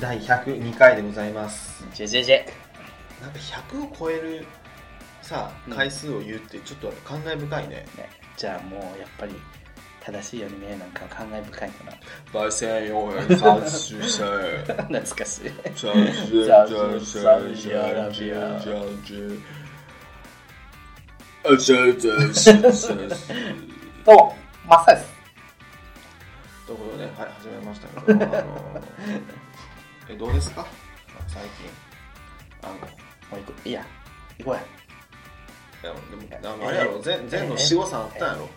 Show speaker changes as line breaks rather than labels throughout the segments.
第102回でございます
ジェジェジェ
なんか100を超えるさ
うん
回数を言うってちょっと感慨深いね、
ねじゃあもうやっぱり正しいよねなんか感慨深いか
バセンヨーサンシュシ
な懐かしいどうもマッサです
ということで、はい、始めましたけど、あのえどうですか最近。
あのもう行こういいや行こうや
いやでもあのあれやろ、前前の四五三あったんやろ。
もう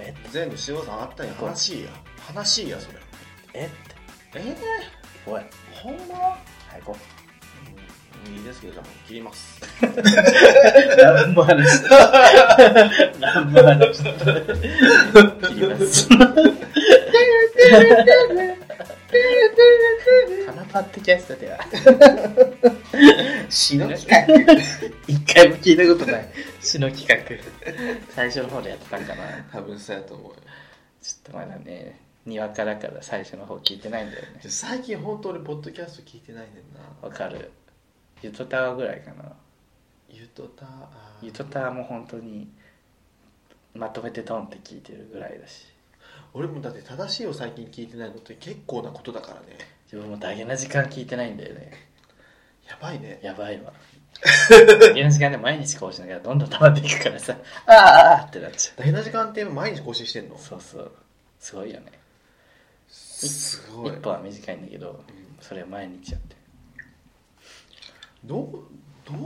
えって
前の四五三あったんや、話いいや。話いいや、それ。
えって
え
行こうや
ー、ほんま
はい行こ
いいですけど、じゃあ切ります。
う何も話した何も話した切りますパッドキャストでは死の企画一回も聞いたことない死の企画最初の方でやってたんかな
多分そうやと思うよ。
ちょっとまだねにわかだから最初の方聞いてないんだよね
で最近本当にポッドキャスト聞いてないねんな。
わかるゆとたわぐらいかな
ゆとた、あー
ゆとたわも本当にまとめてドンって聞いてるぐらいだし
俺もだって正しいを最近聞いてないのって結構なことだからね。
自分も大変な時間聞いてないんだよね
やばいね。
やば いわ大変な時間で毎日こうしながらどんどん溜まっていくからさあーあーあーってなっちゃ
大変な時間って毎日更新してんの
うそうそうすごいよね
すごい
一。本は短いんだけど
うん
それを毎日やって
どう、どう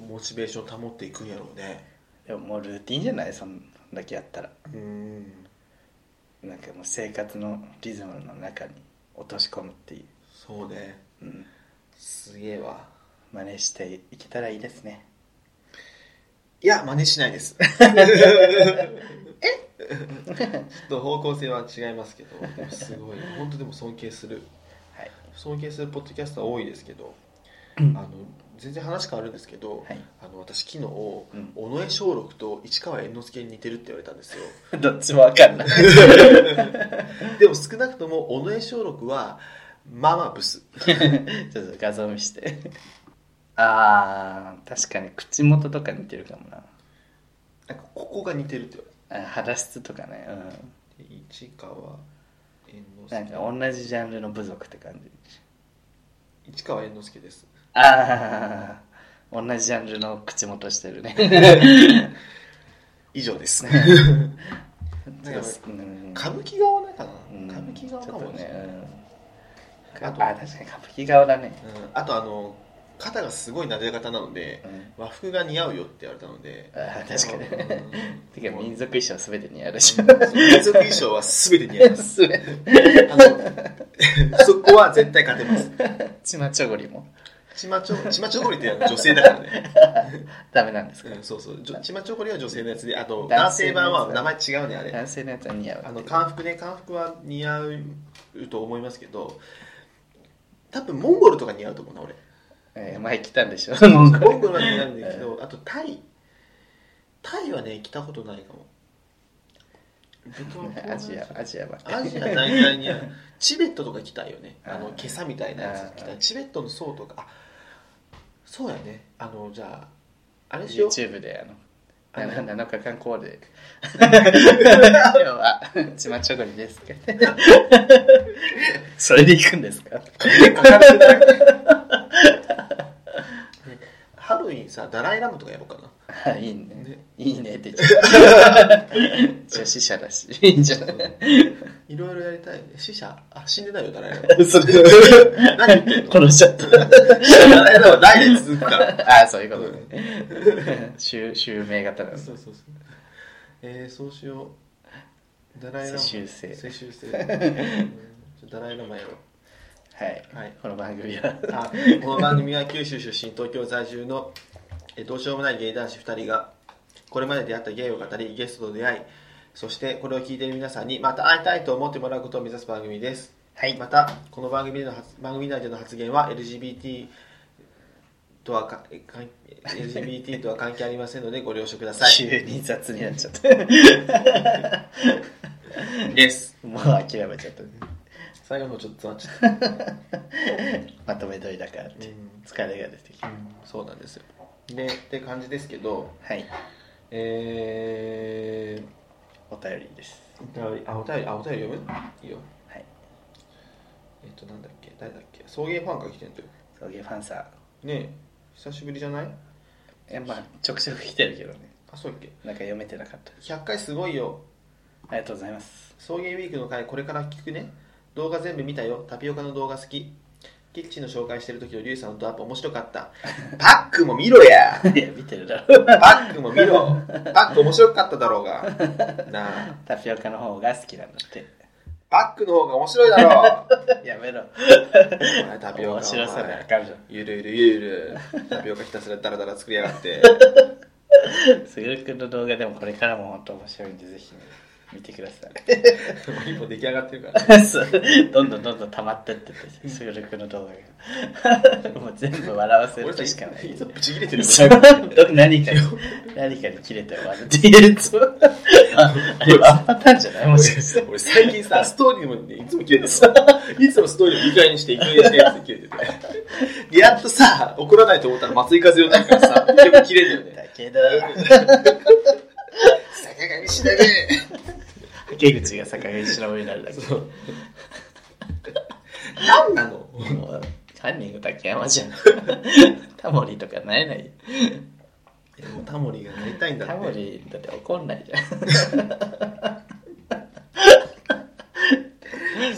モチベーション保っていくんやろうね。
でももうルーティンじゃないそんだけやったら
うん。
なんかもう生活のリズムの中に落とし込むっていう、
そうね。
うん、
すげえわ。
真似していけたらいいですね
いや、真似しないです。ちょっと方向性は違いますけど、でもすごい。本当でも尊敬する。
はい
尊敬するポッドキャストは多いですけど、あ
うん
の、全然話変わるんですけど、
はい
あの私昨日、尾
うん
上松緑と市川猿之助に似てるって言われたん ですよ
どっちもわか んない
でも少なくとも尾上松緑はまあまあブス
ちょっと画像見してあー確かに口元とか似てるかもな
なんかここが似てるって言われた
あ肌質とかね、
市川猿
うん、な
之助
んか同じジャンルの部族って感じ
市川猿之助です
ああ同じジャンルの口元してるね
以上 です
ちょっとうん
歌舞伎顔なんかな、
うん
歌舞伎顔かもしれない、
ちょっとね、うん、
あ
あ
と
確かに歌舞伎顔だね、
うんあとあの肩がすごい撫で方なので
うん、
和服が似合うよって言われたので
あー確かに
に
てか民族衣装すべて似合うでしょ
民族衣装は全て似合いますあの そこは絶対勝てます
ちまちょごりも
ちまちょちまちょこりってあの女性だからね、
ダメなんですか
うん、そうそうじょちまちょこりは女性のやつであと男
男
性
性
版
版は
は名前違うねあれ
男性のやつは似合う
あの漢服ね漢服は似合うと思いますけど多分モンゴルとか似合うと思うな俺
えー前来たんでしょモンゴ
モン
ル
ゴルは似合うんだけどあとタイタイはね来たことないかもベトナム
アジアアジアばっか
ア
り
ジア大体にはチベットとか来たいよねあの
うん
今朝みたいなやつ来た
う
い
ん
チベットの層とかあそうやねあのじゃああれしよう
YouTube であ
あ
の
の
7日間コー ルで今日はちまちょごりですって それで行くんですか
ハロウィンさダライラムとかやろうか
あいいね
ね
いいね って言っちゃう女子者だしいいんじゃない
ないろいろやりたいね死者あ死んでないよダライラム
それ
何言ってんの
殺しちゃった
ダライラムは代々続くから
ああそういうこと ね襲襲名型なんだ
そうそうそうえー、そうしようダライラマ
世襲制
世襲制うんダライラマやろう
はい、
はい
この番組は
あこの番組は九州出身東京在住のえーどうしようもない芸男子2人がこれまで出会った芸を語りゲストと出会いそしてこれを聞いている皆さんにまた会いたいと思ってもらうことを目指す番組です、
はい
またこの番組での発番組内での発言は LGBT とはかえ関 LGBT とは関係ありませんのでご了承くださ い
急に雑になっちゃ った
です
もう諦めちゃった
最後の方ちょっと詰まっちゃっ
まとめといたからって
た、
疲れが出てきた、
そうなんですよでって感じですけど
はい
え
お便りです
ー、お便りあお便りあお便り読むいいよ
はい
えっ、となんだっけ誰だっけ送迎ファンから来てんだよ
送迎ファンさ
ねえ久しぶりじゃない
んいやまあちょくちょく来てるけどね
あそうだっけ
なんか読めてなかった
100回すごいよ
ありがとうございます
送迎ウィークの回これから聞くね動画全部見たよタピオカの動画好きキッチンの紹介してる時のリュウさんのドアップ面白か ったパックも見ろや
いや見てるだろ
パックも見ろパック面白かっただろうがなあ
タピオカの方が好きなんだって
パックの方が面白いだろう
やめろ
お前タピオカ
面白さ
お
があ
前
かんじゃ
ゆるゆるゆるゆるタピオカひたすらダラダラ作りやがって
んすぐるくんの動画でもこれからも本当面白いんでぜひね、見てください
もう一歩出来上がってるから
そうどんどんどんどん溜まってってて、すぐるくんの動画が。もう全部笑わせる
俺た
気
ち
しかない。
いつもブチ切れてるよ
そうど何かに、何かに切れて終わるっていうやつは。ああれワンパターンじゃないもしかして。
俺最近 さ、ストーリーも、ね、いつも切れてる。いつもストーリーを理解にして、いくにしてやつで切れてて。やっとさ、怒らないと思ったら松井風よなんからさ、結構切れるよ ね。
だけど、
坂上忍ね。
竹口が坂上忍になるだけ。
そう。何なの
もうカンニング竹山じゃん。タモリとかなれないよ。
でもタモリがなりたいんだって。
タモリだって怒んないじゃん。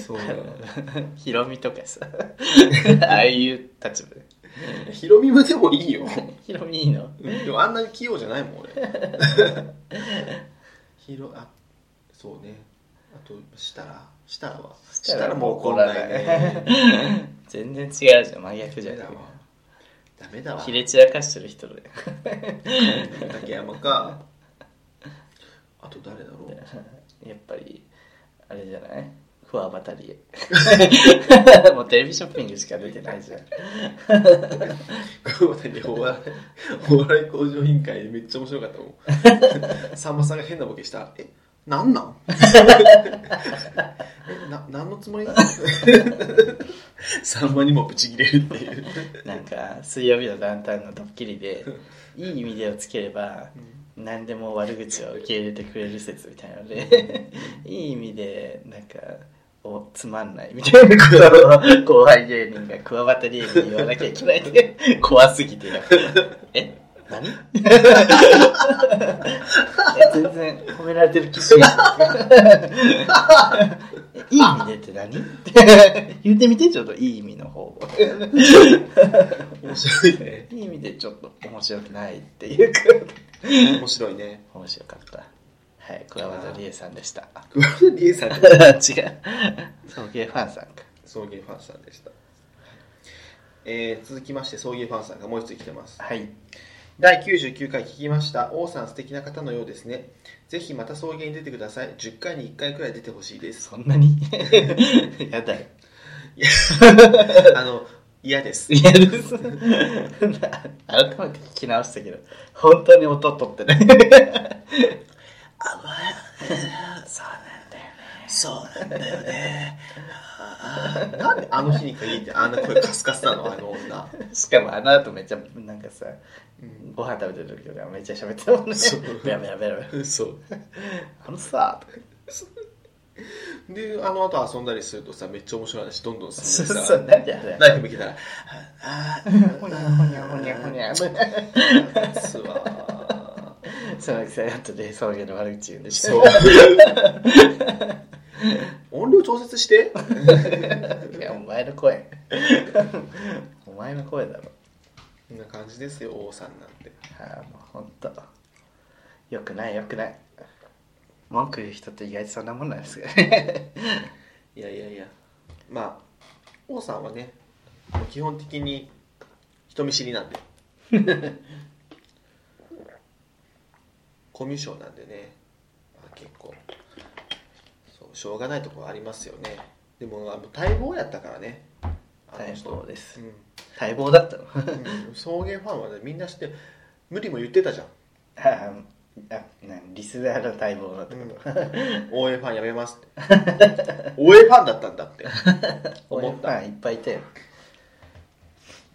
そうなの。
ヒロミとか さ、ああいう立場で。
ヒロミもでもいいよ。
ヒロミいいの
うんでもあんなに器用じゃないもん、 俺。ヒロ、あ、そうね。あと、したら、したらは。したらもう怒らないね。
全然違うじゃん真逆じゃん
ダメだわダメだわ
ひれ散らかしてる人だよ
竹山かあと誰だろう
やっぱりあれじゃないフワバタリ エもうテレビショッピングしか出てないじゃん
久保田に お笑いお笑い向上委員会でめっちゃ面白かったも んさんまさんが変なボケしたえなん なんえな何のつ もりさんまにもブチギレるっていう
なんか水曜日のダウンタウンのドッキリでいい意味でをつければ何でも悪口を受け入れてくれる説みたいなので いい意味でなんかおつまんないみたいなことを後輩芸人がクワバタリエに言わなきゃいけないで怖すぎてやっぱえ何え全然褒められてる気しないいい意味でって何って言ってみてちょっといい意味の方を。
面白いね
いい意味でちょっと面白くないっていうか
面白い ね
面白かったはい桑畑理恵さんでした
久保田理恵さん
違う
で
送迎ファンさんか
送迎ファンさんでした、えー続きまして送迎ファンさんがもう一つ来てます
はい
第99回聞きました。王さん素敵な方のようですね。ぜひまた送迎に出てください。10回に1回くらい出てほしいです。
そんなに やだよ
あの、嫌です。
いやです 改めて聞き直したけど本当に音取 ってない
そうなんだよね。なんであの日に限ってあんな声カスカスなのあの女。
しかもあの後めっちゃなんかさご飯食べてる時とかめっちゃ喋ってたもんね
そう
ベラベラベラベラ
そ
あのさとか
う。で、あの後遊んだりするとさ、めっちゃ面白い話どんどん
そ
進
う
で
んそう
さ、
なんでやだよ
ナイフ向けたら、あー
ほにゃほにゃほにゃほにゃ
あー、すわー。
そのくさいあとで送迎の悪口言うんでし
そ
ょ
う。音量調節して
いやお前の声 お前の声だろ
こんな感じですよ、王さんなんて。
ああもうほんとよくないよくない文句言う人って意外とそんなもんなんです よね
いやいやいやまあ王さんはねもう基本的に人見知りなんでコミュ障なんでね、まあ、結構そうしょうがないところありますよねでもあの待望やったからねあの
待
人
望です
うん
待望だったの
うん送迎ファンはねみんなして無理も言ってたじゃん
あああなリスナーの待望のってこと、
応援ファンやめますって 応援ファンだったんだって
俺
思
フ
っ
ァンいっぱいいたよ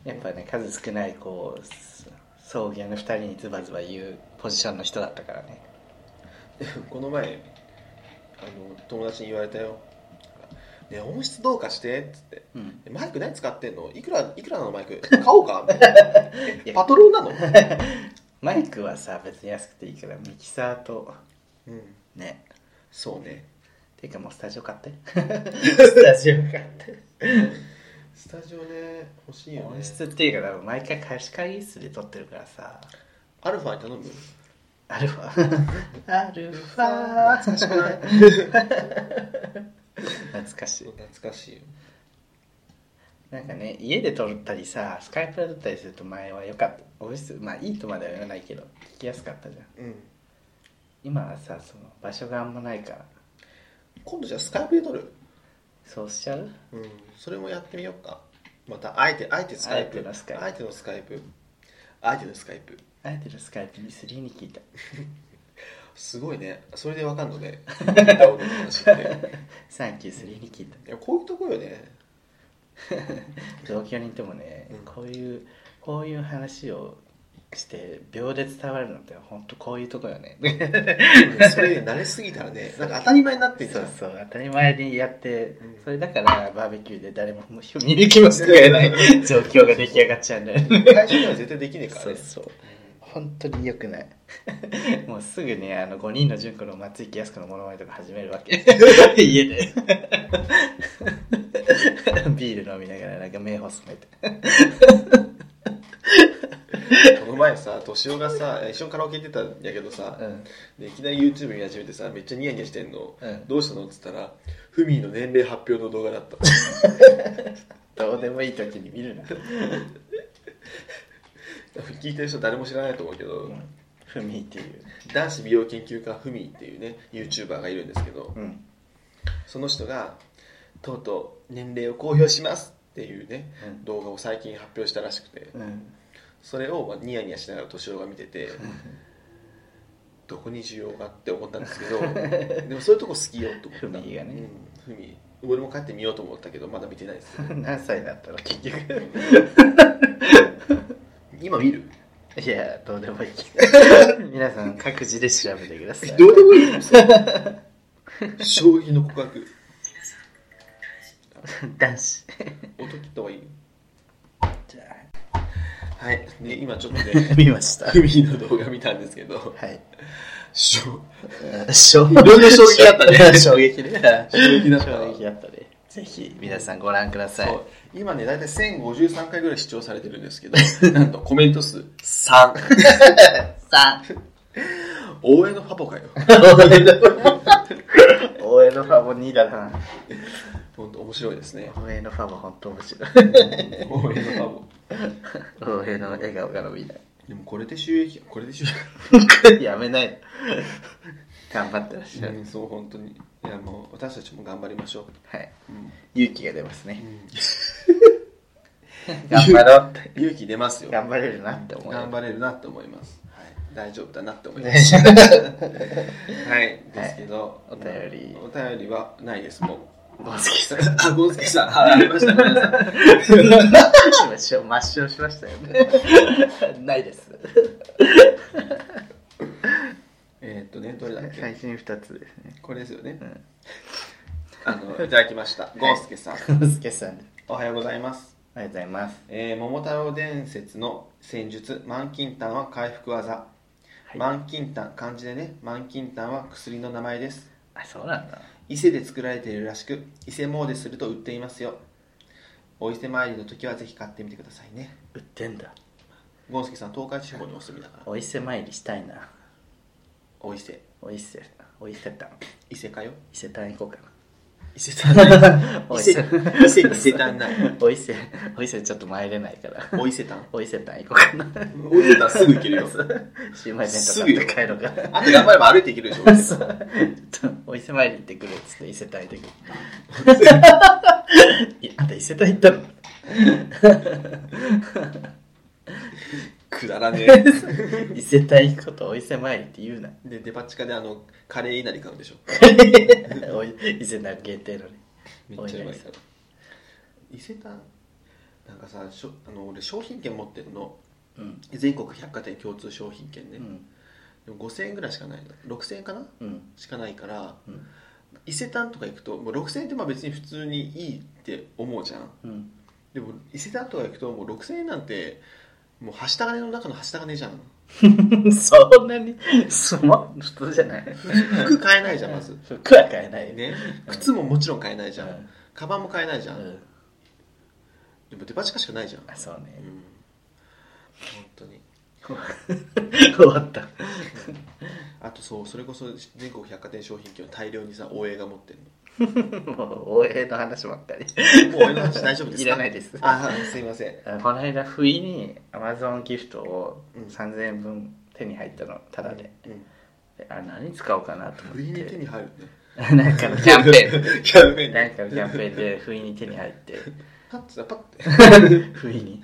やっぱね数少ないこうそ葬儀屋の2人にズバズバ言うポジションの人だったからね
この前あの友達に言われたよ「ね音質どうかして」っつって
うん
「マイク何使ってんのいくらいくらなのマイク買おうか」み たいなえパトロンなの、
マイクはさ別に安くていいからミキサーと
うん、
ね
そうね
ていうかもうスタジオ買ってスタジオ買って
スタジオね欲しいよね
音質っていうか多分毎回貸し会議室で撮ってるからさ
アルファに頼む
アルファアルファ
懐かしくない
懐かしい
懐かしいよ
なんかね家で撮ったりさスカイプで撮ったりすると前は良かった音質まあいいとまでは言わないけど聞きやすかったじゃん
うん
今はさその場所があんまないから
今度じゃあスカイプで撮る
そうしちゃう
うんそれもやってみようかまたあえてあえてスカイプ
あえてのスカイプ
あえてのスカイプあえてのスカイプ
あえてのスカイプに3に聞いた
すごいねそれでわかんの ね聞いた俺の話って
サンキュー3に聞いた
いやこういうとこよね
同居人ともね、
うん
こういうこういう話をして秒で伝わるのって本当こういうとこよね
それに慣れすぎたらねなんか当たり前になってんじ
そ
ゃ
うんそう当たり前にやって、
うん
それだからバーベキューで誰ももう見る気もしてくれない 状況が出来上がっちゃうんだよね
最初には絶対できねえから
そう
ね
そう本当に良くない もうすぐねあの5人の純子の松井康子のモノマネとか始めるわけ 家で ビール飲みながらなんか目細めて
この前さ敏夫がさ一緒にカラオケ行ってたんやけどさ、
うん
でいきなり YouTube 見始めてさめっちゃニヤニヤしてんの、
うん
どうしたのっつったらフミの年齢発表の動画だった
どうでもいい時に見るな
聞いてる人誰も知らないと思うけど、
ふみっていう、
男子美容研究家フミっていうね YouTuber がいるんですけど、
うん、
その人がとうとう年齢を公表しますっていうね、
うん
動画を最近発表したらしくて
うん、
それをまあニヤニヤしながら敏夫が見て てどこに需要がって思ったんですけど でもそういうとこ好きよと思った
フミがね
うん、フミ俺も帰ってみようと思ったけどまだ見てないです
何歳だったの 結局
今見る
いやどうでもいい皆さん各自で調べてください
どうでもいいよ 衝撃の告白
男子
音切った方がいい
じゃ
はい、ね、今ちょっと
あ
ね
見ました
フミの動画見たんですけど
はい
衝
衝
いろいろ衝撃だったね
衝撃ね
衝撃だった
衝撃だったねぜひ皆さんご覧ください
そう今ね大体1053回ぐらい視聴されてるんですけどなんとコメント数3
さあ
応援のパポかよ
応援のファボ2だな
本当面白いですね
応援のファボ本当面白い
応援のパポ
応援の笑顔が伸びな
でもこれで収益これで収益
いやめない頑張ってらっしゃる、
うんそう本当にいやもう私たちも頑張りましょ
はい、
う、うん
勇気が出ますね
うん
頑張ろうって
勇気出ますよ
頑張れるなって思う
頑張れるなって思います、はい、大丈夫だなって思います、
ね
はいですけど、
お便り
お便りはないですもう
お好きさん
あゴンスケさんあありましたごめんなさい
今しょ抹消しましたよねないです
えーっとねどれだっけ
最新2つですね
これですよね、
ん
あのいただきましたゴンスケさん、
おすけさんです
おはようございます、
ありがとうございます
えー桃太郎伝説の戦術満金丹は回復技、
い
満金丹漢字でね満金丹は薬の名前です
あそうなんだ
伊勢で作られているらしく伊勢詣ですると売っていますよお伊勢参りの時はぜひ買ってみてくださいね
売ってんだ
ゴンスケさん東海地方にお住みだから
お伊勢参りしたいな
お伊勢
お伊勢お伊勢丹
伊勢かよ
伊勢丹行こうか
伊勢丹ない
なお
伊
伊
勢
勢
伊勢伊勢丹ない
お伊勢お伊勢ちょっと参れないから
お伊勢丹
お伊勢丹行こうかな
お伊勢丹すぐ行けるよ
シウマイ弁
す
当
ぐよ
買って帰ろうかな
あと頑張れば歩いていけるでしょ俺
そうちょっとお伊勢参り行ってくるっつって伊勢丹行ってく るいやあんた伊勢丹行ったの
くだからね
伊勢対ことお伊勢参りっ て言うな
でデパ地下であのカレーいなり買うんでしょ
おい伊勢な限定のね
めっちゃうまいから伊勢丹なんかさしょあの俺商品券持ってるの
うん
全国百貨店共通商品券ね、
うん
でも5000円ぐらいしかないの6000円かな
うん
しかないから
うん
伊勢丹とか行くともう6000円ってまあ別に普通にいいって思うじゃん
うん
でも伊勢丹とか行くともう6000円なんてもうはした金の中のはした金じゃん
そんなにすまん普通じゃない
服買えないじゃんまず
服は買えないよ
ね靴ももちろん買えないじゃん、
うん
カバンも買えないじ
う
ゃん、
ん
でもデパ地下しかないじゃん、
あそう
うん、
ね
本当に
終わった
あとそうそれこそ全国百貨店商品券を大量にさ応援が持ってる
もう応援の話ばっかり
のもう応援の話大丈夫ですか
いらないです
あはいすいません
この間不意に Amazon ギフトを
うん
3000円分手に入ったのタダで、
うん
であ何使おうかなと思っ
不意に手
て
に入るね
なんかのキャンペーン
ンキャンペーン
なん
ね
かのキャンペーンで不意に手に入って
パッてさパッて
不意に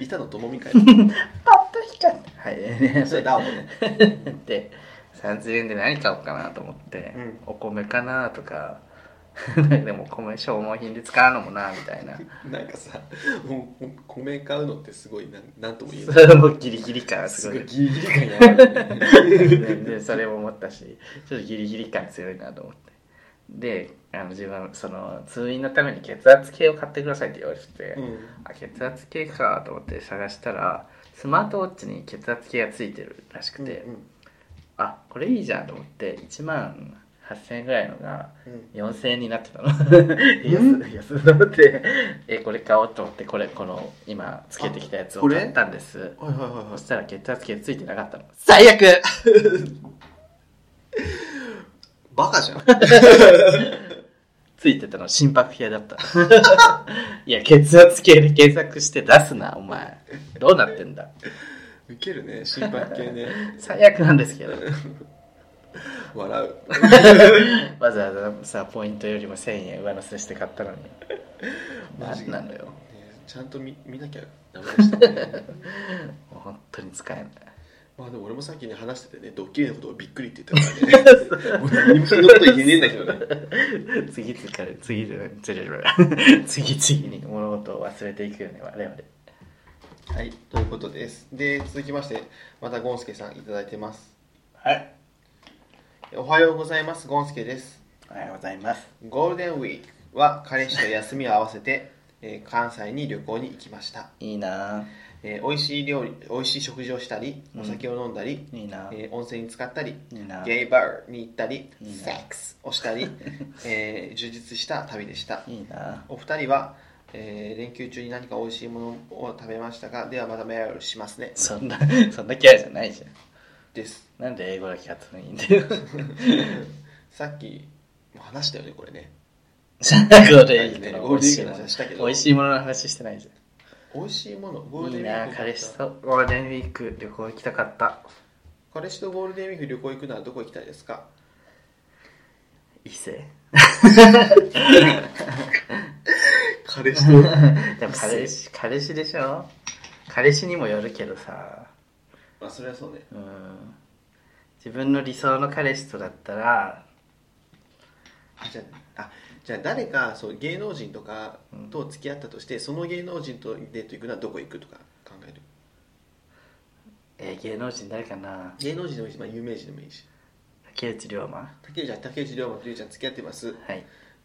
いたのとも み会
パッと光ったはい
それダオね
で3000円で何買おうかなと思って、
うん
お米かなとか でもお米消耗品で使うのもなみたい な
なんかさもう米買うのってすごいなんなんとも言え
そ
ない
れもギリギリ感す
す
ご
ご
い
いギリギリ感やばいね
でそれも思ったしちょっとギリギリ感強いなと思ってであの自分その通院のために血圧計を買ってくださいって言われてて、
うん
あ血圧計かと思って探したらスマートウォッチに血圧計がついてるらしくて、
うん
あこれいいじゃんと思って1万8000円ぐらいのが
うん
4000円になっ てたの安い安いと思ってえこれ買おうと思ってこれこの今つけてきたやつ
あ
を
これ
買ったんです
はいはいはいは
そ
い
したら血圧計ついてなかったの最悪
バカじゃん
ついてたの心拍 計だったいや血圧計で検索して出すなお前どうなってんだ
ウケるね心拍系ね
最悪なんですけど
笑 う
わざわざさポイントよりも1000円上乗せして買ったのに
マジ
何なのよも
ねちゃんと見見なきゃダメでしたね
う本当に使えない
まあでも俺もさっきね話しててねドッキリのことをびっくりって言ってた からねもう何もそんなこと言えねえんだけどね
次々から次々次々 次々に物事を忘れていくよね我々
はいということですで続きましてまたゴンスケさんいただいてます
はい
おはようございますゴンスケです
おはようございます
ゴールデンウィークは彼氏と休みを合わせて、えー関西に旅行に行きました、
いいな
えー、美味しい料理美味しい食事をしたりお酒を飲んだり、
いいな
えー温泉に浸かったり
いいな
ゲイバーに行ったり
いいね
セックスをした り、えー充実した旅でした
いいな
お二人は、えー連休中に何か美味しいものを食べましたかではまたメールしますね
そんな そんなキャラじゃないじゃん
です
なんで英語だけやったのにいいんだ よ
さっきも話したよねこれね
ゴールデンウィークの
ゴー
美
ルデ
味
ンウィークの
しいもの
話したけど
美味しいものの話してないじ
美味しいもの
ゃ
ゴー
ん
ル
い
デ
い
ンウィー
な
ク
彼氏とゴールデンウィーク旅行行きたかった
彼氏とゴールデンウィーク旅行行くならどこ行きたいです か
伊勢
彼氏 と
でも彼氏彼氏でしょ彼氏にもよるけどさ
あそれはそうね
うん自分の理想の彼氏とだったら
あじゃああじゃあ誰かそう芸能人とかと付き合ったとして、その芸能人とデート行くならどこ行くとか考える
えー芸能人誰かな
芸能人でもいいし、まあ、有名人でもいいし
竹内涼真は
竹内竹内涼真とりゅうちゃん付き合ってます
い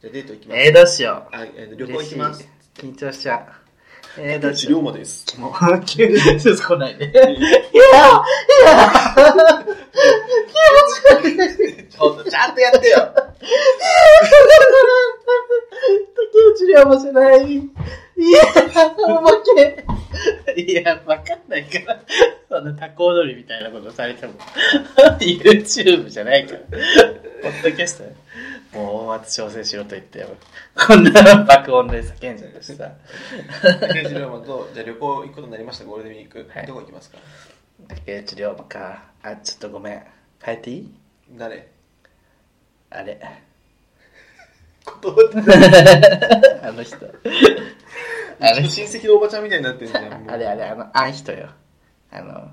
じゃあデート行きます、
えー、どうしよう
あえー旅行行きます
嬉しい緊張しちゃうえー、
竹
どう
内
しよ
涼
う
真です
もう急に来ないでいやいや気持ち悪い
ちょっとちゃんとやってよ
竹内涼真じゃない。いや、おまけ。いや、わかんないから。そんなタコ踊りみたいなことされても。YouTube じゃないから。ポッドキャストよもう大松調整しろと言ってよ。こんな爆音で叫んじゃったしさ。
竹内涼真とじゃあ旅行行くことになりましたゴールデンウィーク、
はい
どこ行きますか
竹内涼真か。あ、ちょっとごめん。変えていい
誰
あれ。
断って
あの人。あの人。
親戚のおばちゃんみたいになってんじゃんもう
あれあれ、あの、あん人よ。あの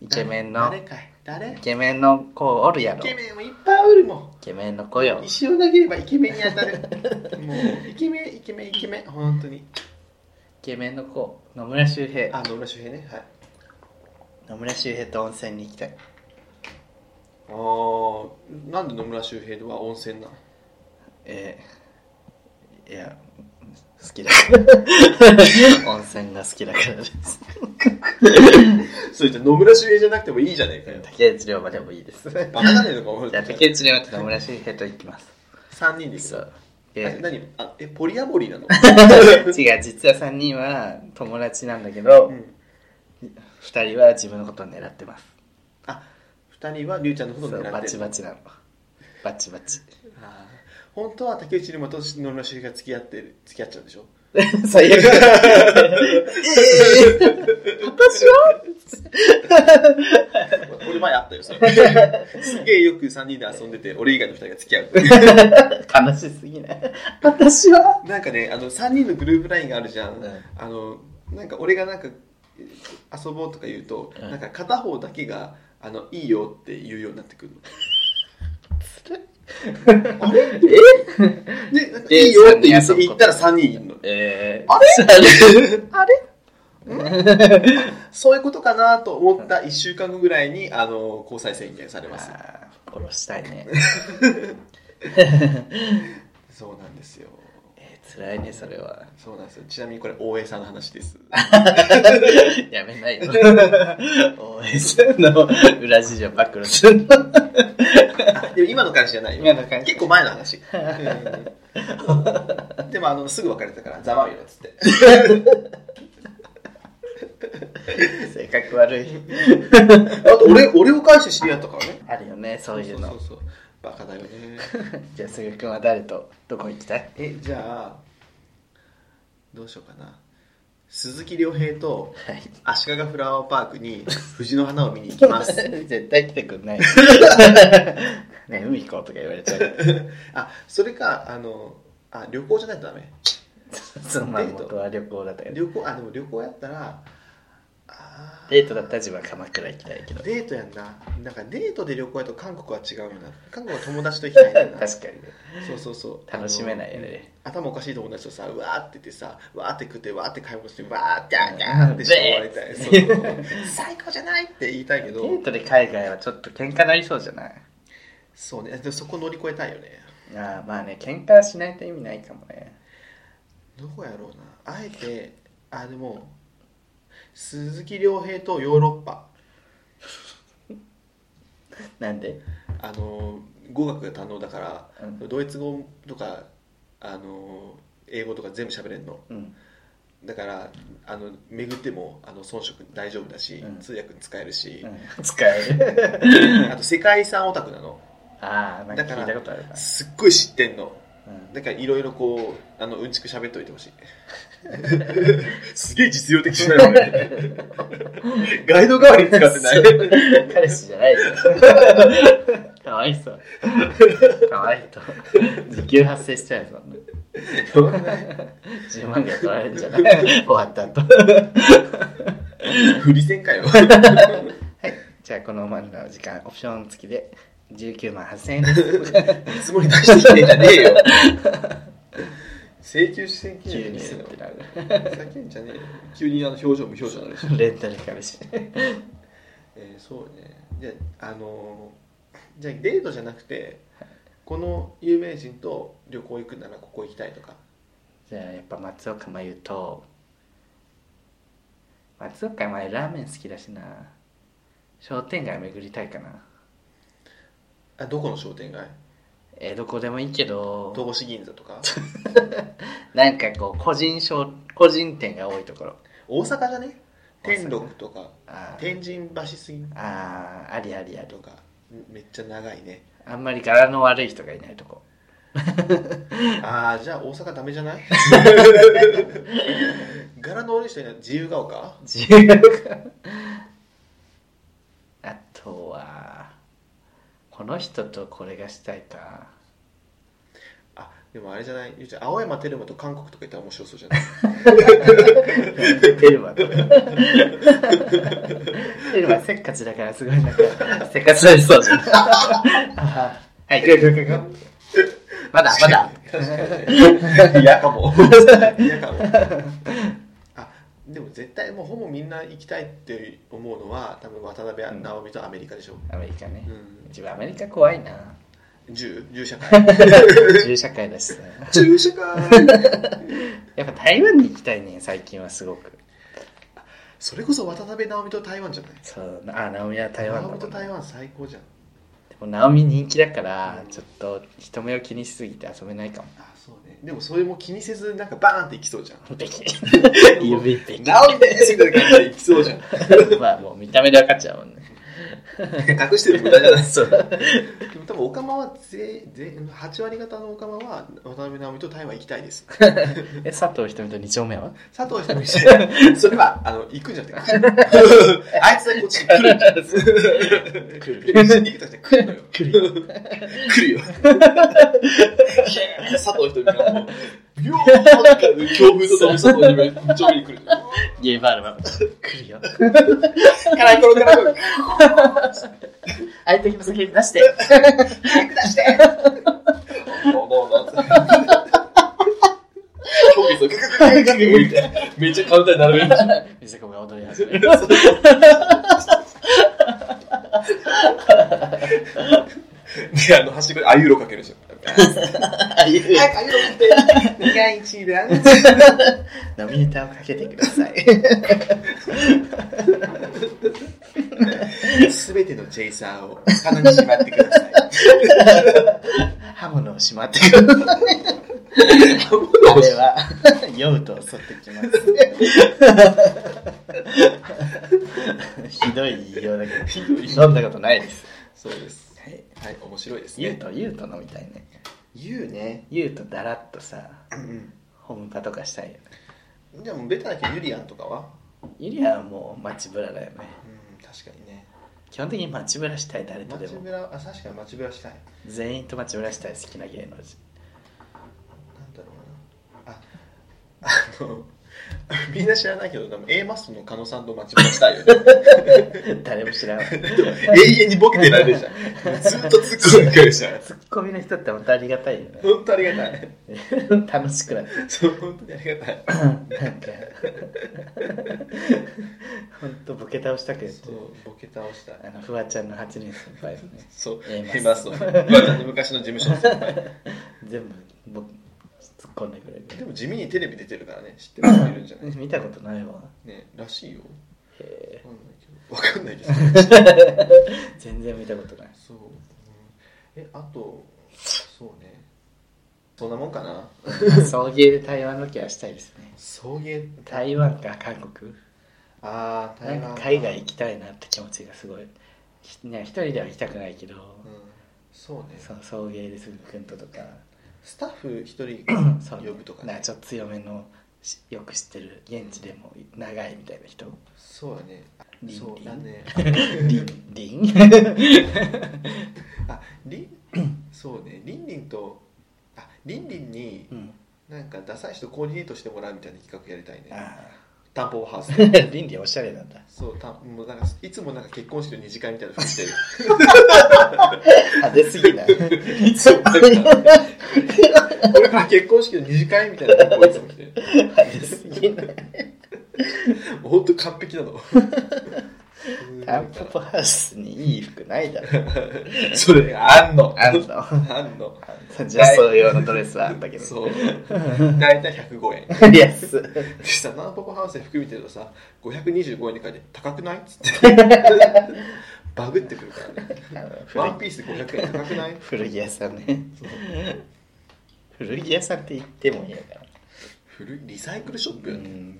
イケメンの
誰かい誰イ
イケメンの子おるやろ
ケ
イ
メンもいっぱいおるもん
ケメンの子よ
石を投げればイケメンに当たるもうイケメンイケメンイケメン本当に
イケメンの子野村周平
あ野村周平ねはい
野村周平と温泉に行きたい
あーなんで野村周平は温泉なの
えー、いや好 きだから温泉が好きだからです
それじゃ野村周平じゃなくてもいいじゃねえかよ
竹内涼真でもいいですじ
バカだねえのか思う
ゃあ竹内涼真と野村周平と行きます
3人で行
そ
く
う
え
で
何あえポリアモリーなの、
違う実は3人は友達なんだけど、
うん、
2人は自分のことを狙ってます
あ二2人はりゅうちゃんのこ
そ
とを狙っ
う
てる
バチバチなのバチバチ
あー本当は竹内にもと野村周平が付き合ってる付き合っちゃうんでしょ
最悪えー私は
俺前あったよそれ すげえよく3人で遊んでて俺以外の2人が付き合う
悲しすぎない私は
なんかねあの3人のグループラインがあるじゃん、
うん
あのなんか俺がなんかえ遊ぼうとか言うと、
うん
なんか片方だけがあのいいよって言うようになって くるの。あれでなんかい
で
いよって言って
三人遊ぶこと
言ったら3人いるの。
え
あ
れ
あれそういうことかなと思った1週間後ぐらいにあの交際宣言されます。
あー殺したい ね
そうなんですよ。
えー辛いねそれは
そうなんですよ。ちなみにこれ大江さんの話です。
やめないよ OS の裏事情暴露するの
でも今の感じじゃないよ。
今の感じ
結構前の 話。うん でもあのすぐ別れたからざまあみろっつって。
性格悪い
あと俺俺を返して知り合ったからね。
あるよねそういうの
そうそうそうバカだよね。
じゃあ菅君は誰とどこ行きたい
えじゃあどうしようかな。鈴木亮平と
はい
足利フラワーパークに藤の花を見に行きます。
絶対来てくんない ね海行こうとか言われちゃう
あそれかあのあ旅行じゃないとダメ。
そのまま元は旅行だったけど
旅行あでも旅行やったらあー
デートだったら自分は鎌倉行きたいけど
デートやんななんかデートで旅行やと韓国は違うよな韓国は友達と行きたいんだよ
確
な
かにね
そうそうそう
楽しめないよね
あの頭おかしい友達とさうわーって言ってさわーって食ってわーって買い物してわーってあーあーってして終わりたいそうそう最高じゃないって言いたいけ
デ
ど
ートで海外はちょっと喧嘩なりそうじゃない
そうねでもそこ乗り越えたいよね
ああまあね喧嘩しないと意味ないかもね
どこやろうなあえてあでも鈴木亮平とヨーロッパ
なんで
あの語学が堪能だから、
う
ドイツ語とかあの英語とか全部喋れんの
うん
だからあの巡ってもあの遜色大丈夫だし、
うん
通訳に使えるし、
うん使え る
あと世界遺産オタクなの
ああなんか
だから
聞いたことあるな
すっごい知ってんの
うん
だからいろいろこうあのうんちく喋っといてほしいすげえ実用的しない わねガイド代わりに使ってない
彼氏じゃ ないじゃん。かわいそう。 かわいそう。時給発生しちゃうよ、そんな。10万ぐらい取られるんじゃない 終わった後。
振りせんかよ
じゃあ、このマンの時間、オプション付きで19万8000円です。
見積もり出してきてんじゃねえよ請求してきて
急
ん
に
じ
す
ゃ
っ
ね
てなる。
えよふざけんじゃねえよ急にあの表情無表情になるし
レンタル彼氏。
えーそうねじゃあ、あのーじゃあデートじゃなくてこの有名人と旅行行くならここ行きたいとか
じゃあ、やっぱ松岡真優と、松岡真優ラーメン好きだしな。商店街巡りたいかな。
あどこの商店街
えーどこでもいいけど、
戸越銀座と か
なんかこう個人商個人店が多いところ
大阪じゃね
大阪
天禄とか
あー
天神橋杉
あーありありあり
とかんめっちゃ長いね
あんまり柄の悪い人がいないとこ
ああじゃあ大阪ダメじゃない柄の悪い人いない自由が丘
自由があとはこの人とこれがしたいか
あでもあれじゃないゆうちゃん青山テルマと韓国とか行ったら面白そうじゃない
テルマ とかテルマせっかちだからすごいなんかせっかちになりそうじゃん はい行こう行こう行こうまだまだ
嫌かも嫌かもあでも絶対もうほぼみんな行きたいって思うのは多分渡辺直美とアメリカでしょ、
アメリカね
うん
自分アメリカ怖いな
銃銃社会
銃社会だしさ
銃社会
やっぱ台湾に行きたいね最近はすごく
それこそ渡辺直美と台湾じゃない
そうあナオミは台湾だ
直
も
美
ん
と台湾最高じゃん
でもナオミ人気だから、
うん
ちょっと人目を気にしすぎて遊べないかも
あそうねでもそれも気にせずなんかバーンって行きそうじゃん
べき
も
指べき
直美ですみたいな感じで行きそうじゃん
まあもう見た目で分かっちゃうもんね
隠してる無駄じゃない
そう
でも多分オカマは全全8割方のオカマは渡辺直美と台湾行きたいです
え佐藤瞳と二丁目は
佐藤ひとみじゃないそれはあの行くんじゃなくて来るあいつはこっちに来るんじゃん
来る
一緒に行くとして来るのよ
来るよ
来るよ佐藤ひとみがもうビューなんか強風とともに佐藤ひとみが一丁目に来る
ゲイバールマン来るよ
カラコロカラコロ
相手の先に出して
早く出してどうもどうも競技とググググググみたいなめっちゃカウンターに並べる
水子が踊り始める
で、あの、端っこにあゆろかけるでしょ。早くあゆろかけて、苦いチー だ
ノミネーターをかけてください
すべてのチェイサーを鼻にしまってください。
刃物をしまってくださいあれは酔うと襲ってきますひどい言いようだけど飲んだことないです
そうです。
はい
はい、面白いです
ゆう
ね。
とゆうと飲みたいね
ゆうね。
ゆうとだらっとさ
うん
ホームパとかしたいよね
うん。でも、ベタだけどゆりやんとかは
ゆりはもう街ぶらだよね
うん、確かにね。
基本的に街ぶらしたい誰とで
街
も
ぶら、あ、確かに街ぶらしたい。
全員と街ぶらしたい好きな芸能人
なんだろうな。あ、あの、 みんな知らないけど、でも A マストの狩野さんと街ぶらしたいよね。
誰も知 らないツ
永遠にボケてられるじゃん。ずっと突っ込んでくるじゃん。
ッコミの人って本当ありがたいよね
本当ありがたい。
楽しくなって
そう、本当にありがたい。
なんか本当ボケ倒したくて
そう、ボケ倒したい。
あのフワちゃんの8人先輩のね
そう、
A
い
マ
ま
ス
す
の
わ。私の昔の事務所の先輩。
全部ぼ突っ込んでくれ
で
る
も地味にテレビ出てるからね、知ってる人いるんじゃない
見たことないわ
ね、らしいよ。
へ
わかんないけど。わかんないけど。
ー全然見たことない
そう。うんえ、あと、そうね。そんなもんかな。
送迎で台湾ロケはしたいですね
送迎、
台湾か韓国
あー、
な
台
ん
湾
か
か。
海外行きたいなって気持ちがすごいひね一人では行きたくないけど、
うん。そうね。
その送迎ですぐくんととか
スタッフ一人
そう
呼ぶとか
な
ね
んか。ちょっと強めのしよく知ってる現地でも長いみたいな 人
そうだね。
リン
そうだ ね。
リンリン
ありそうねりんりんとありんりんに
うん
なんかダサい人コーディネートしてもらうみたいな企画やりたいね
あ
タンポポハウス
あ
で
リンリンおしゃれなんだ
そうたもうなんかいつもなんか結婚式の二次会みたいな服 してる
派手すぎない
いつもなんかこれから結婚式の二次会みたいな服をいつも着てる
派手すぎない
もうほんと完璧な の
タンポポハウスにいい服ないだろ
それあんの
あんの
あんの
女装用のドレスはあったけど
そう大体105円
安っ
でさナンポポハウスで服見てるとさ525円で書いて高くないっつって バグってくるからね
あの古
ワ
い
ンピース500円高くない
古着屋さんね
そう
古着屋さんって言ってもいいやから
古いリサイクルショップ
う
よね、
ん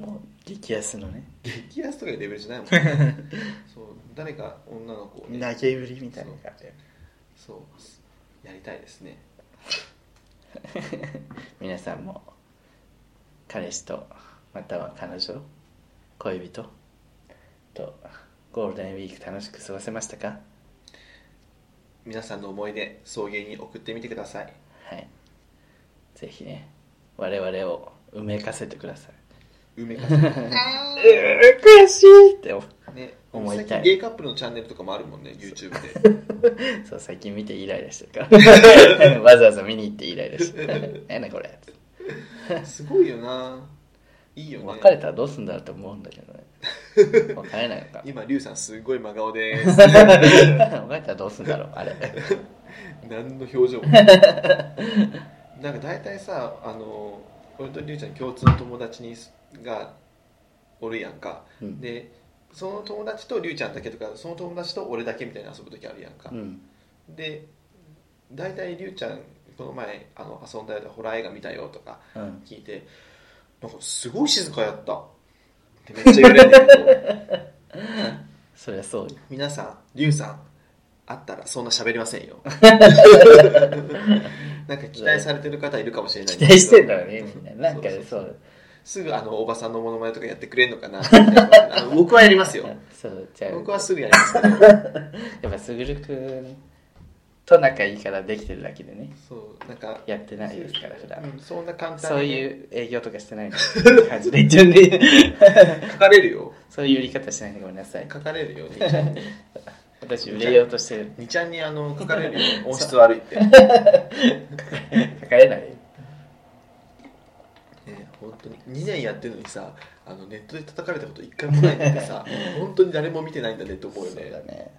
もう激安のね
激安とかいうレベルじゃないもんね そう誰か女の子を
投
ね
げ売りみたいな感じ
そうやりたいですね
皆さんも彼氏とまたは彼女恋人とゴールデンウィーク楽しく過ごせましたか
皆さんの思い出送迎に送ってみてください
はいぜひね我々をうめかせてください
梅か さ
うー悔しいって思 うん
ね
思いたい
最近ゲイカップルのチャンネルとかもあるもんね YouTube で
そう最近見てイライラしてるから わざわざ見に行ってイライラして るなんだこれ
すごいよないいよね
別れたらどうすんだろうと思うんだけど ね別れないのか 別
今リュウさんすごい真顔です
れたらどうすんだろうあれ
何の表情もなんか大体さあの俺とりゅうちゃん共通の友達にすがおるやんか、
うん
でその友達とりゅうちゃんだけとかその友達と俺だけみたいな遊ぶ時あるやんか
う、ん
で大体りゅうちゃんこの前あの遊んだよとホラー映画見たよとか
うん
聞いてなんかすごい静かやったってめっちゃ言われるんだけど
そりゃそうよ
皆さんりゅうさんあったらそんな喋りませ んよなんか期待されてる方いるかもしれない
期待してんだろうね
うん
みんななんか
そうそう
そう
すぐあのおばさんのモノマネとかやってくれんのかな あの僕はやりますよ
そうじゃあ
僕はすぐやりますけど
やっぱすぐるくんと仲いいからできてるだけでね
そうなんか
やってないですから普段、
うん、そんな簡単
そう
に
いうう営業とかしてないの感じで 言っちゃうんで
書かれるよ
そういう売り方しないでごめんなさい
書かれるよ兄ちゃん に
私売れようとしてる
兄ちゃんにあの書かれるよ音質悪いって、ね、
書かれない
本当に2年やってるのにさあのネットで叩かれたこと一回もないんだってさ本当に誰も見てないんだねと思うよ
そう
ね
だね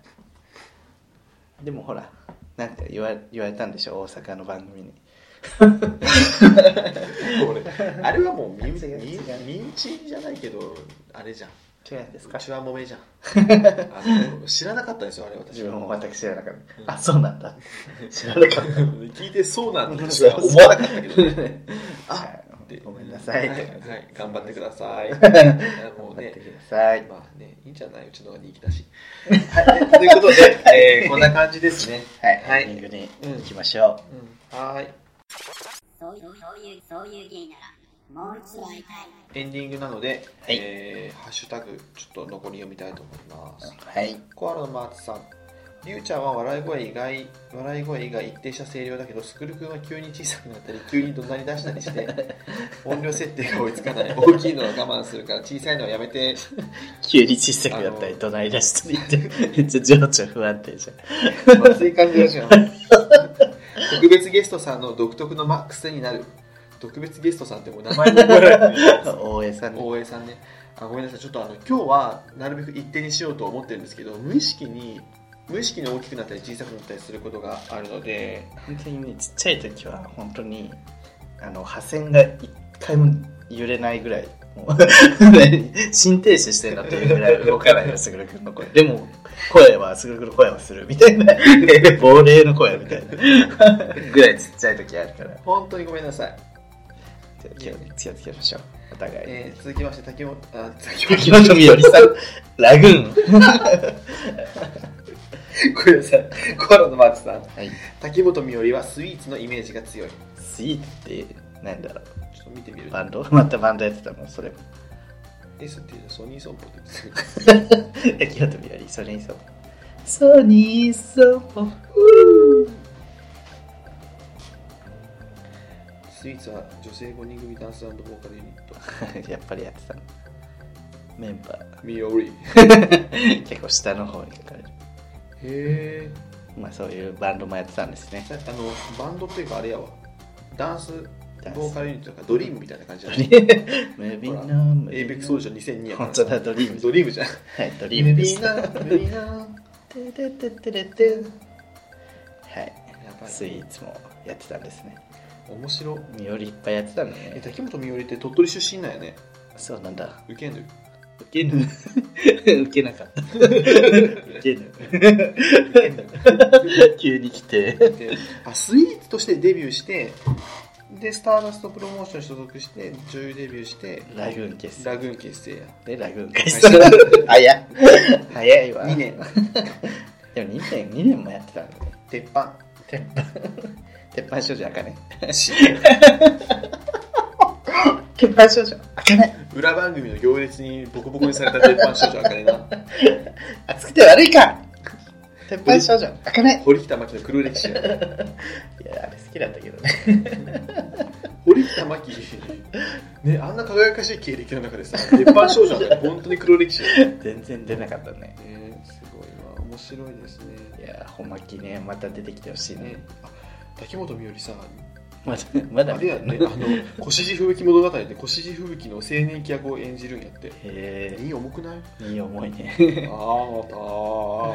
でもほらなんか言わ言われたんでしょ大阪の番組に
俺あれはもう身内
違う違う
身内じゃないけどあれじゃん
違うんですか
ちはもめじゃんあ の知らなかったんですよあれ私
自分も私知らなかった、あそうなんだ知らなかった
聞いてそうなんだ とは思わなかったけどねあ
はいごめんなさい
は
っ
い
て感じ
はい頑張ってくださいもう
頑張って
ね
ください
まあねいいんじゃないうちの方が人気だしはい ということで、え ーこんな感じですね
はい、
はい
エンディングに行きましょ
うんはーい
そういう、そういう、そういう芸なら、もう一度会いたい。
エンディングなので、
はい
えーハッシュタグちょっと残り読みたいと思います
う、はい
コアラのマーツさんりゅうちゃんは笑い声以外笑い声以外一定した声量だけどスクル君は急に小さくなったり急に怒鳴り出したりして 音量設定が追いつかない大きいのは我慢するから小さいのはやめて
急に小さくなったり怒鳴り出したりってめっちゃ情緒不安定じゃん
熱い感じがします特別ゲストさんの独特のマックスになる特別ゲストさんってもう名前も覚えられてない
大江さんね
大江さんねあごめんなさいちょっとあの今日はなるべく一定にしようと思ってるんですけど無意識に無意識に大きくなったり小さくなったりすることがあるので
本当にねちっちゃい時は本当にあの破線が一回も揺れないぐらいもう 心停止してんだというぐらい動かないよすぐるくんの声でも声はすぐるくんの声はするみたい な亡霊の声みたいな ぐらいちっちゃい時あるから
本当にごめんなさい、
じゃあ気を気をつけましょうお互い、
えー続きまして滝本あ滝
秋元美織さんラグーン
ごめんなさいコアラのマーチさん
はい
滝本美織はスイーツのイメージが強いちょ
スイーツってなんだろう
っと見てみる
バンド またバンドやってたもんそれも
えそれってソニーソンポって言って
秋元美織ソニーソンソニーソン
たスイーツは女性5人組ダンスボーカルユニット
やっぱりやってたのメンバ
美織へ
ー結構下の方に書かれる
え
まあそういうバンドもやってたんですね
あのバンドっていうかあれやわダンスボーカルユニットとかドリームみたいな感じだね
ムービーナーム
エイベックスオーディション2002やから
本当だドリーム
ドリームじゃん
はいドリームでした
ムビーナー
てれてれてれてはい
やばい
スイーツもやってたんですね
面白
みよりいっぱいやってたの
え
ね
滝本美織って鳥取出身なんやね
そうなんだ
ウケんの
ウケぬウケなかったウケぬ急に来て
であスイーツとしてデビューしてでスターダストプロモーションに所属して女優デビューして
ラグーン結成
ラグーン結成や
でラグーン解散 早い早いわ
2年
でも2年2年もやってたんだね
鉄板
鉄板鉄板少女あかね鉄板少女あかね
裏番組の行列にボコボコにされた鉄板少女あかねな
熱くて悪いか鉄板少女あかね
堀北真希の黒歴史や
いやあれ好きだったけどね
黒歴玉木ねあんな輝かしい経歴の中でさ一般少女なんだよ本当に黒歴史だよね
全然出なかったね
ねすごいわ面白いですね
いやーほんまきねまた出てきてほしいね
ねあ滝本美織さ
まだまだ
あれやねあの小獅子吹雪物語で小獅子吹雪の青年期役を演じるんやって
へ
いい重くない
えいい思いね
ああたも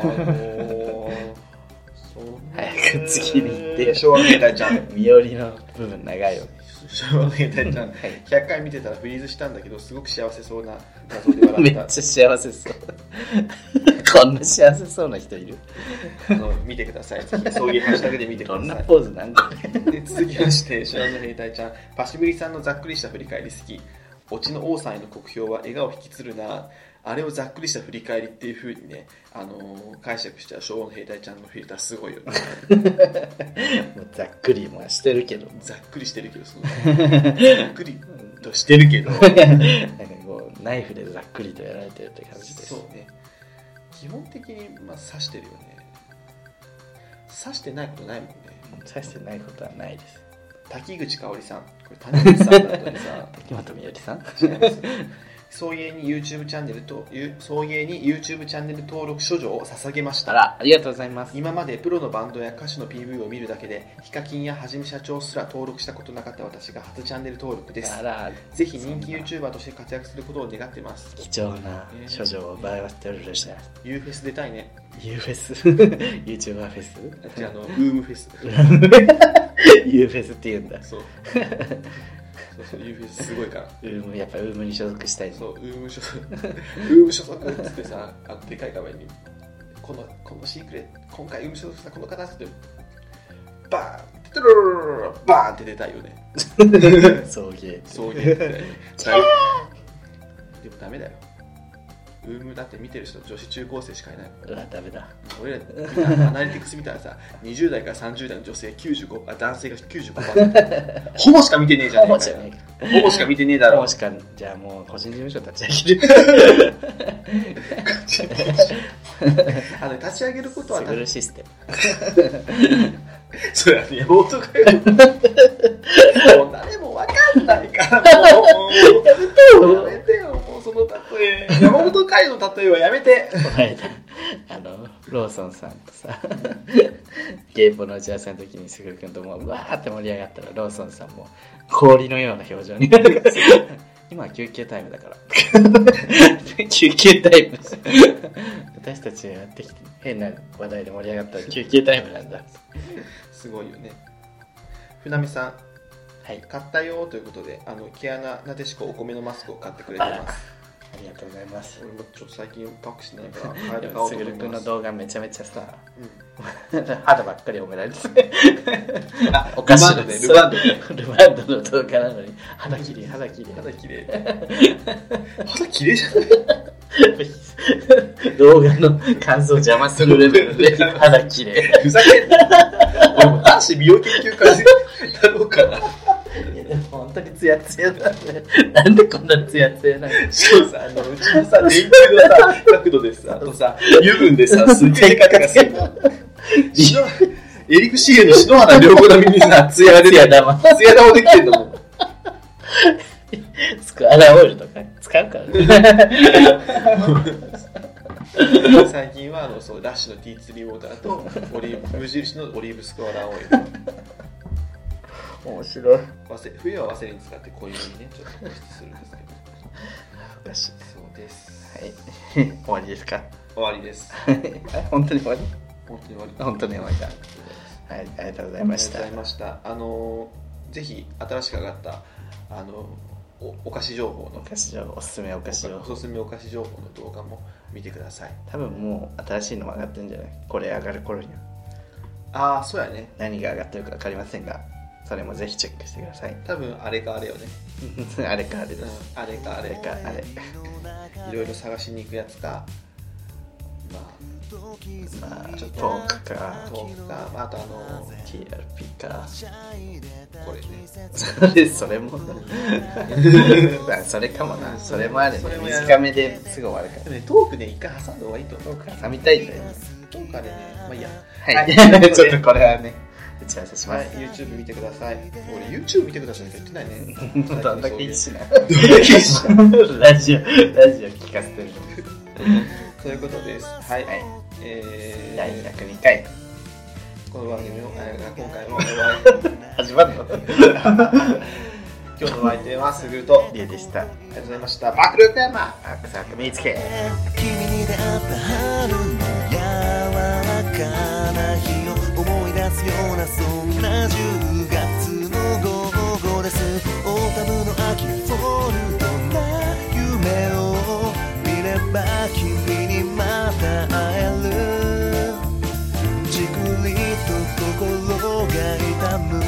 う
早く次に行ってよ
昭和の兵隊ちゃん
身寄りの部分長いよ
昭和の兵隊ちゃん
はい
100回見てたらフリーズしたんだけどすごく幸せそうな謎で笑
めっ
っ
ち
た
ゃ幸せそうこんな幸せそうな人いる
あの見てくださいぜひそういうハッシュタグで見て
い
くだ
ろんな
さい
ポーズなんかね
で続きまして昭和の兵隊ちゃんパシブリさんのざっくりした振り返り好きオチの王さんへの酷評は笑顔引きつるなあれをざっくりした振り返りっていうふうにね、あのー解釈した昭和の兵隊ちゃんのフィルターすごいよね
もうざっくりもしてるけど
ざっくりしてるけどそのざっくりとしてるけど
なんかこうナイフでざっくりとやられてるって感じです
そうね基本的に、まあ、刺してるよね刺してないことないもんね
大してないことはないです
滝口香織さんこれ谷口さんだったりさ
滝本美織さん
違います 送迎に YouTube チャンネルとゆ送迎に YouTube チャンネル登録処女を捧げまし
あ
た
らありがとうございます
今までプロのバンドや歌手の PV を見るだけでヒカキンやはじめ社長すら登録したことなかった私が初チャンネル登録です
あら
ぜひ人気
そんな
YouTuber として活躍することを願ってます
貴重な処女を奪われておりました
U フェス出たいね
U フェス YouTuber フェス
じゃああのウームフェス
U フェスって言うんだ
そうそうそう U フェスすごいから
ウームやっぱウームに所属したいね
そう、ウーム所属、 ウーム所属っつってさ、あのでかい画面に、この、このシークレット、今回ウーム所属さ、この方っつって、バーンって、トゥルルルルルバーンって出たいよね。
送迎
そういうたいね。 でもダメだよ。ウームだって見てる人、女子中高生しかいない。
うわダメだ
俺ら、アナリティクス見たらさ、20代から30代の女性95、あ、男性が95%。ほ ぼしか見てねえじゃ
ほ
ね
ぼ
え
じゃ
か
ない
よ
か
ほぼしか見てねえだ
ほ
ろ
ぼ。しかじゃあもう個人事務所立 ち上げる
あの立ち上げることは
スグルシステム
それはね、冒頭かよ。もう誰もわかんないから、もう。やめてよ、もうその例え。山本海の例えはやめて。
この間あのローソンさんとさゲーポの打ち合わせの時にすぐるくんともうわーって盛り上がったらローソンさんも氷のような表情になるから今は休憩タイムだから 休憩タイム私たちがやってきて変な話題で盛り上がったら休憩タイムなんだ
すごいよね。船見さん、
はい
買ったよということで、あの毛穴なでしこお米のマスクを買ってくれてます。
ありがとうございます
俺もちょっと最近パックしないから、買え
で
る買おう
も
と
す
思
ぐるく
い
ん
ま
の
す。
動画めちゃめちゃさ
うん
肌ばっかり褒められてて
あ
おかしいです
ルバンドね、
ルバンドの動画なのに肌きれい肌きれい
ル バンド。肌綺麗。肌綺麗じゃない
動画の感想邪魔するレベルで肌綺麗
ふざけんな。 俺も男子美容研究家になろうかな。
本当にツヤツヤだねなんでこんなツヤツヤなの
そうさ、あのうちのさ、電球のさ、角度でさ、あとさ、油分でさ、すげえカがするの。篠エリクシエの篠原涼子並みにさ、ツヤが出
ツ
て
ヤ
る。
玉
ツヤ玉できてんのもん。
スクアラオイルとか使うからね
最近はあのそうラッシュのティーツリーウォーターとオリーブ無印のオリーブスコアラーオイル
面白い
ワセ冬はワセリン使って濃いめにねちょっと保湿するんですけど
おかしい
そうです、
はい終わりですか
終わりです
本当に終わり
本当に終わり
本当に終わりだはいありがとうございました
ありがとうございました。あのーぜひ新しく上がったあのーおお菓子情報の
お菓子をおすすめお菓子
お
を
すすめお菓子情報の動画も見てください。
多分もう新しいのも上がってるんじゃないこれ上がる頃には
ああそうやね。
何が上がってるか分かりませんがそれもぜひチェックしてください
多分あれかあれよね。
あれかあれで
うん
す、
あれかあ
あ
れ
れかあれ
いろいろ探しに行くやつか。ま
まあ、ちょっと遠
あ、
くか、
トークか、まあ、あとあのー
TRP か、
これね。
それそれも、 まあそれかもな、それもあるね
それもやる
短めですぐ終わるか
でもね、トークね、一回挟んだ方がいいと思う。
ら、挟みたいんだよね。
トークあれね、まあいいや。
はい、
はい
ちょっとこれはね、打ち合わせし
は
ま
い
す、、
YouTube 見てください。俺、YouTube 見てくださいって言ってないね。
どんだけ 一緒な
と
ラジオラジオ聞かせてる
いうことです。はい。
はい第
え
102回
ー、この番組の、えー今回も、
始まるの
今日のお相手はすぐると、あり
リュウでした
がとうございました。バックルーテーマ
アクサク見つけ
君に出会った春の柔らかな日を思い出すようなそんな10月の午後ですオータムの秋フォルトな夢を見れば君にまた会えるじくりと心が痛む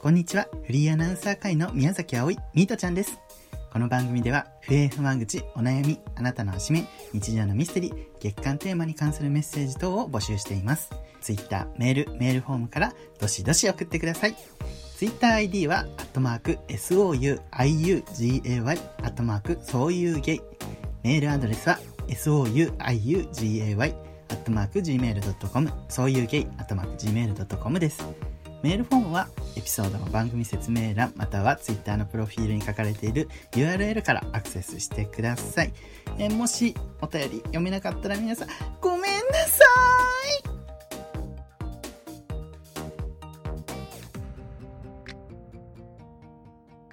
こんにちは。フリーアナウンサー会の宮崎葵、ミートちゃんです。この番組では、不平不満口、お悩み、あなたのおしめ、日常のミステリー、月間テーマに関するメッセージ等を募集しています。ツイッター、メール、メールフォームから、どしどし送ってください。ツイッター ID は、アットマーク、souiugay、アットマーク、そういうゲイ。メールアドレスは、souiugay、アットマーク、gmail.com、そういうゲイ、アットマーク、gmail.com です。メールフォームはエピソードの番組説明欄または Twitter のプロフィールに書かれている URL からアクセスしてください。えーもしお便り読めなかったら皆さんごめんなさい